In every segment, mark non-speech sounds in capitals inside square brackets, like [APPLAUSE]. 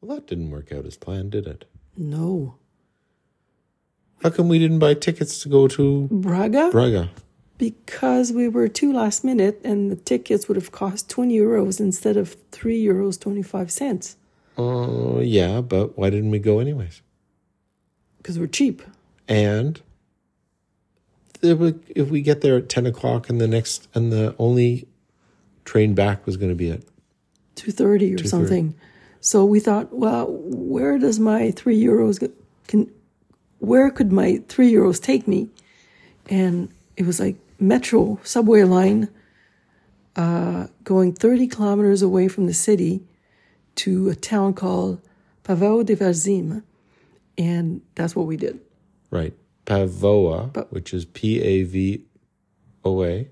Well, that didn't work out as planned, did it? No. How come we didn't buy tickets to go to Braga? Braga? because we were too last minute and the tickets would have cost 20 euros instead of 3 euros 25 cents Oh, yeah, but why didn't we go anyways? because we're cheap. And if we- if we get there at 10 o'clock and the next, and the only train back was going to be at 230 or something. So we thought, well, where does my 3 euros go- can where could my 3 euros take me? And it was like metro subway line uh, going 30 kilometers away from the city to a town called Pavao de Varzim. And that's what we did. Right. Pavoa, which is P A V O A.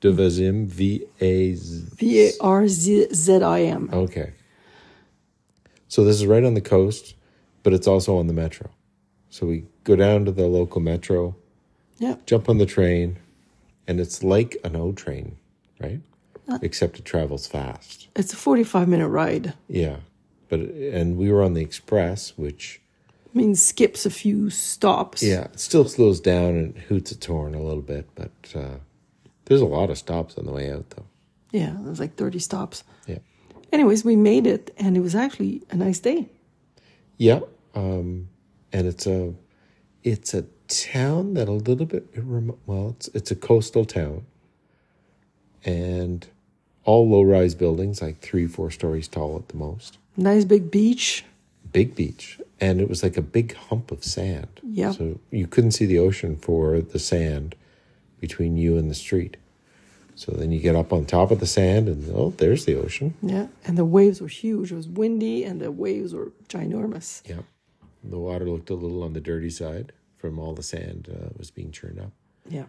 Devazim, V A Z. V A R Z Z I M. Okay. So this is right on the coast, but it's also on the metro. So we go down to the local metro, Yeah. jump on the train, and it's like an O train, right? Except it travels fast. It's a 45 minute ride. Yeah. But and we were on the express, which I mean, skips a few stops. yeah, it still slows down and hoots its horn a little bit, but uh, there's a lot of stops on the way out though. Yeah. There's like 30 stops. Yeah. Anyways, we made it and it was actually a nice day. Yeah, um, and it's a it's a town that a little bit it rem- well, it's it's a coastal town, and all low rise buildings, like three four stories tall at the most. Nice big beach. Big beach, and it was like a big hump of sand. Yeah. so you couldn't see the ocean for the sand between you and the street. So then you get up on top of the sand, and oh, there's the ocean. Yeah. And the waves were huge. It was windy and the waves were ginormous. Yeah. The water looked a little on the dirty side from all the sand uh, was being churned up. Yeah.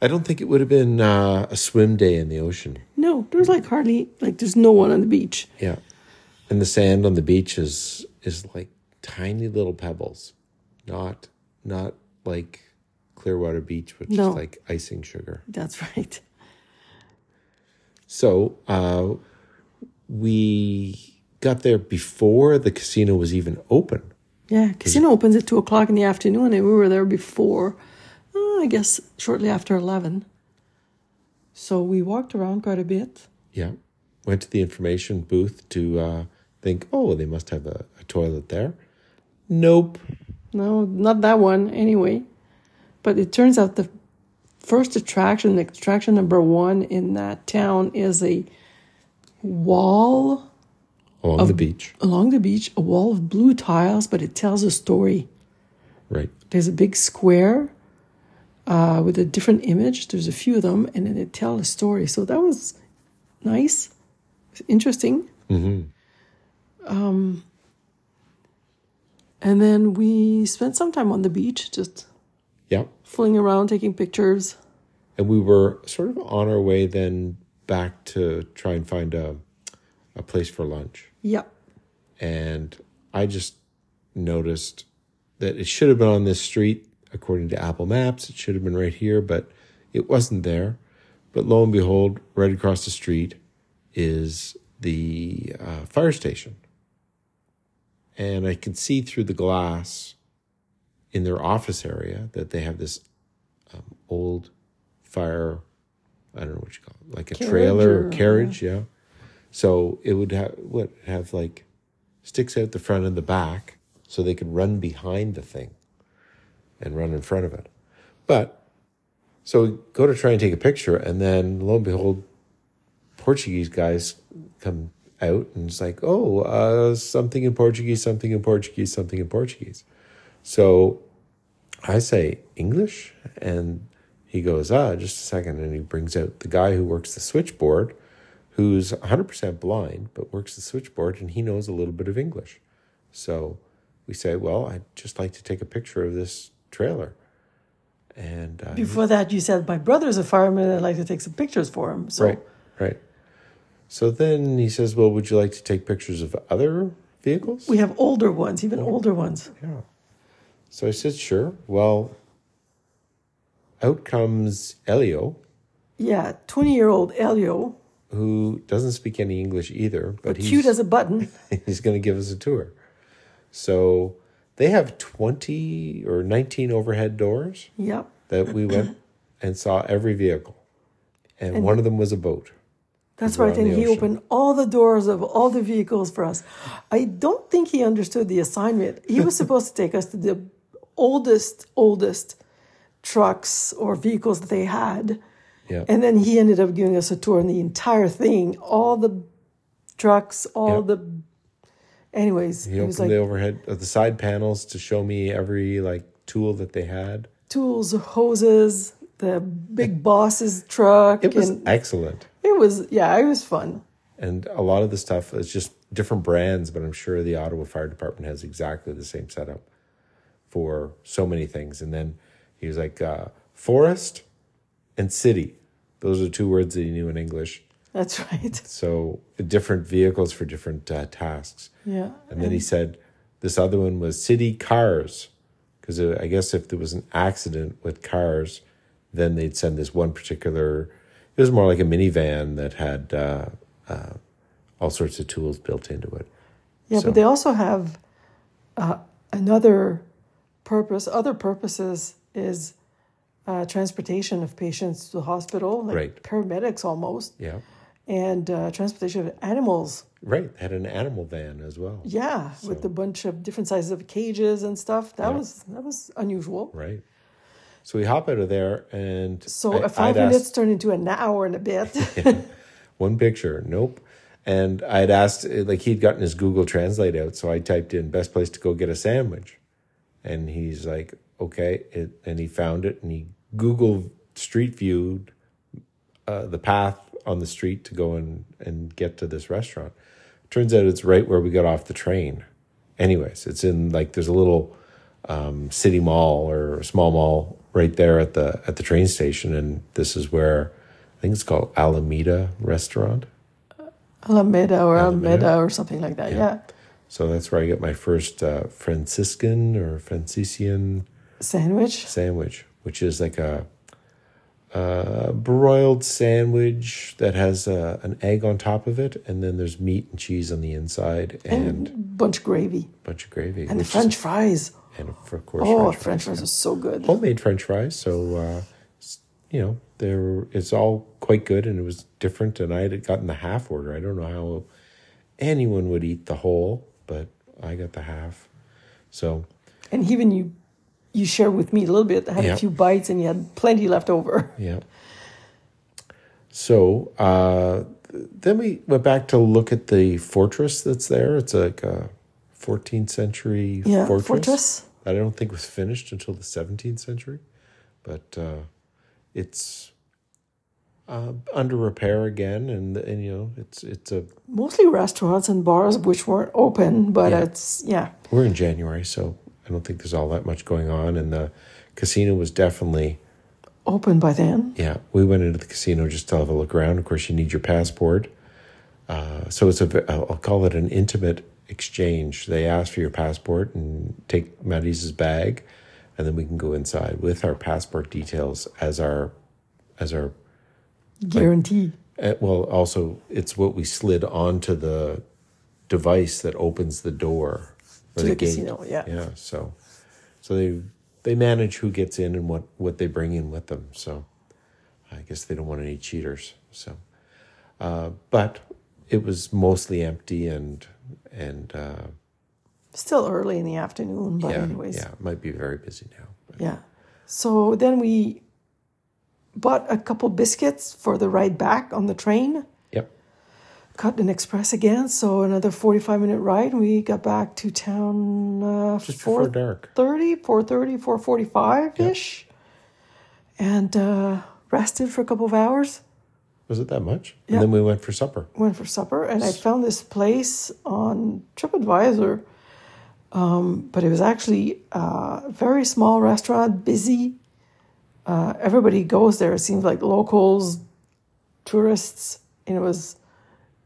I don't think it would have been uh, a swim day in the ocean. No, there's like hardly, like, there's no one on the beach. Yeah. And the sand on the beach is is like tiny little pebbles. Not not like Clearwater Beach, which No. is like icing sugar. That's [LAUGHS] right. So uh, we got there before the casino was even open. Yeah. Casino opens at two o'clock in the afternoon and we were there before, uh, I guess, shortly after 11. So we walked around quite a bit. Yeah. Went to the information booth to uh, think, oh, they must have a, a toilet there. Nope. No, not that one anyway. But it turns out the first attraction, attraction number one in that town, is a wall Along the beach. along the beach, a wall of blue tiles, but it tells a story. Right. There's a big square uh, with a different image. There's a few of them, and then it tells a story. So that was nice, interesting. Um, and then we spent some time on the beach, just Yeah. fooling around, taking pictures. and we were sort of on our way then back to try and find a a place for lunch Yeah. and i just noticed that it should have been on this street according to apple maps it should have been right here but it wasn't there but lo and behold right across the street is the uh, fire station and i could see through the glass in their office area that they have this um, old fire i don't know what you call it like a Carriage trailer or- uh, or carriage yeah so it would have what have like sticks out the front and the back so they could run behind the thing and run in front of it but so we go to try and take a picture and then lo and behold Portuguese guys come out and it's like, oh, uh, something in Portuguese, something in Portuguese, something in Portuguese. So I say English, and he goes, ah, just a second, and he brings out the guy who works the switchboard, who's 100% blind but works the switchboard, and he knows a little bit of English. So we say, well, I'd just like to take a picture of this trailer, and uh, Before that, you said, My brother's a fireman. I'd like to take some pictures for him. So Right, right. So then he says, Well, would you like to take pictures of other vehicles? we have older ones, even older ones. yeah. So I said, Sure. Well, out comes Elio, Yeah. 20 year old Elio. who doesn't speak any English either, but he's Cute as a button. [LAUGHS] he's going to give us a tour. So they have 20 or 19 overhead doors Yep. that we went and saw every vehicle. And, one of them was a boat. [LAUGHS] That's We're right. on And the he ocean. opened all the doors of all the vehicles for us. I don't think he understood the assignment. [LAUGHS] He was supposed to take us to the oldest, oldest trucks or vehicles that they had. Yeah. And then he ended up giving us a tour on the entire thing, all the trucks, all Yeah. the. Anyways, he it opened was like the overhead, uh, the side panels to show me every like tool that they had. tools, hoses, the big boss's truck. It was and excellent. it was, yeah, it was fun. And a lot of the stuff is just different brands, but I'm sure the Ottawa Fire Department has exactly the same setup for so many things. And then he was like, uh, forest and city. Those are two words that he knew in English. That's [LAUGHS] right. So different vehicles for different uh, tasks. Yeah. And then he said this other one was city cars. Because I guess if there was an accident with cars, then they'd send this one particular, it was more like a minivan that had uh, uh, all sorts of tools built into it. Yeah, So- but they also have uh, another purpose. Other purposes is uh, transportation of patients to the hospital, like Right. paramedics almost, Yeah. and uh, transportation of animals. Right. They had an animal van as well. Yeah, with a bunch of different sizes of cages and stuff. That was that was unusual. Right. So we hop out of there and So I- a five I'd asked- minutes turned into an hour and a bit. [LAUGHS] one picture nope and i had asked like he'd gotten his google translate out so i typed in best place to go get a sandwich and he's like okay it, and he found it and he google street viewed uh, the path on the street to go and, and get to this restaurant turns out it's right where we got off the train anyways it's in like there's a little um, city mall or small mall right there at the at the train station and this is where i think it's called alameda restaurant Alameda or Alameda or something like that. Yeah. So that's where I get my first uh, Franciscan or Franciscan Sandwich. sandwich, which is like a, a broiled sandwich that has uh an egg on top of it, and then there's meat and cheese on the inside and a Bunch of gravy. bunch of gravy. Oh. And the which is- French fries. and of course, Oh, French, French fries are so good. homemade French fries. So, uh, s- you know, there it's all quite good, and it was different. And I had gotten the half order. I don't know how anyone would eat the whole, but I got the half. So and even you you shared with me a little bit I had Yeah. a few bites and you had plenty [LAUGHS] left over Yeah. So uh, then we went back to look at the fortress that's there. It's like a 14th century Yeah, fortress. fortress. that I don't think was finished until the 17th century, but uh, it's uh, under repair again, and and you know it's it's a mostly restaurants and bars which weren't open but Yeah. it's yeah we're in January, so I don't think there's all that much going on, and the casino was definitely open by then Yeah, we went into the casino just to have a look around. Of course, you need your passport. Uh, so it's a, ve- I'll I'll call it an intimate exchange. They ask for your passport and take Maddie's bag, and then we can go inside with our passport details as our, as our. guarantee eh, Well, also it's what we slid onto the device that opens the door or to the, casino yeah. yeah so so they they manage who gets in and what what they bring in with them so i guess they don't want any cheaters so uh, but it was mostly empty and and uh, still early in the afternoon but yeah Oh, anyways yeah it might be very busy now but yeah so then we bought a couple biscuits for the ride back on the train yep cut an express again so another 45 minute ride we got back to town uh, just before four- dark 30, 4.30, 4.45-ish. And uh, rested for a couple of hours. was it that much Yeah. and then we went for supper Went for supper. And I found this place on TripAdvisor. Um, but it was actually a very small restaurant, busy. Uh, everybody goes there. It seems like locals, tourists. And it was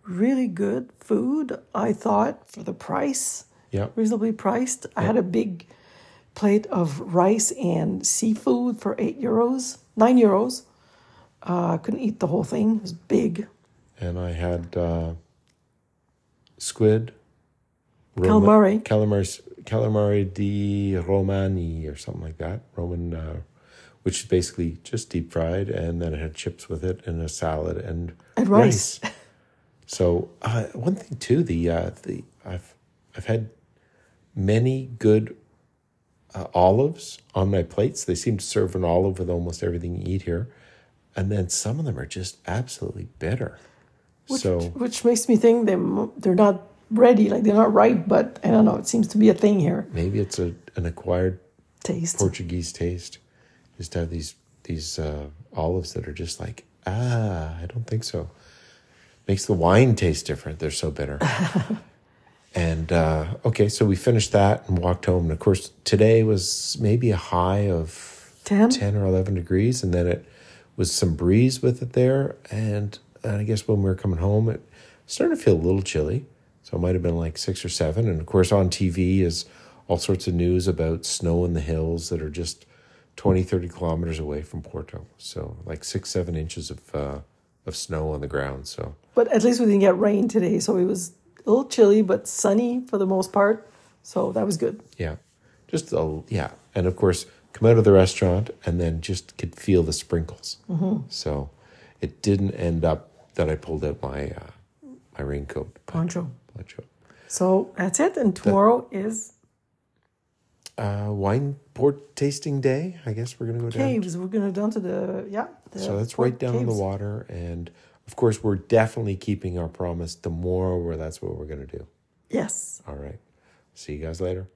really good food, I thought, for the price. yeah reasonably priced. I had a big plate of rice and seafood for eight euros, nine euros. Uh, I couldn't eat the whole thing; it was big. and I had uh, squid, Calamari. calamari, calamari di Romani or something like that, Roman, uh, which is basically just deep fried, and then it had chips with it and a salad and And rice. So uh, one thing too, the uh, the I've I've had many good uh, olives on my plates. They seem to serve an olive with almost everything you eat here, and then some of them are just absolutely bitter. so Which makes me think they m- they're not ready, like they're not ripe. But I don't know. It seems to be a thing here. maybe it's a an acquired Taste. Portuguese taste. Just to have these these uh, olives that are just like ah, I don't think so. Makes the wine taste different. They're so bitter. and uh, okay, so we finished that and walked home. And of course, today was maybe a high of 10? or eleven degrees, and then it was some breeze with it there. And, and I guess when we were coming home, it started to feel a little chilly. So it might have been like six or seven. And of course, on TV is all sorts of news about snow in the hills that are just 20, 30 kilometers away from Porto. So like six, seven inches of uh, of snow on the ground. So But at least we didn't get rain today, so it was a little chilly but sunny for the most part. So that was good. Yeah. Just a, yeah. And of course, come out of the restaurant and then just could feel the sprinkles. Mm-hmm. So it didn't end up that I pulled out my uh, my raincoat Poncho. poncho. So that's it. And tomorrow is Uh, wine port tasting day. I guess we're gonna go down. caves. We're gonna down to the yeah. The So that's Fort right down in the Caves. water, and of course, we're definitely keeping our promise tomorrow. Where that's what we're gonna do. Yes. All right. See you guys later.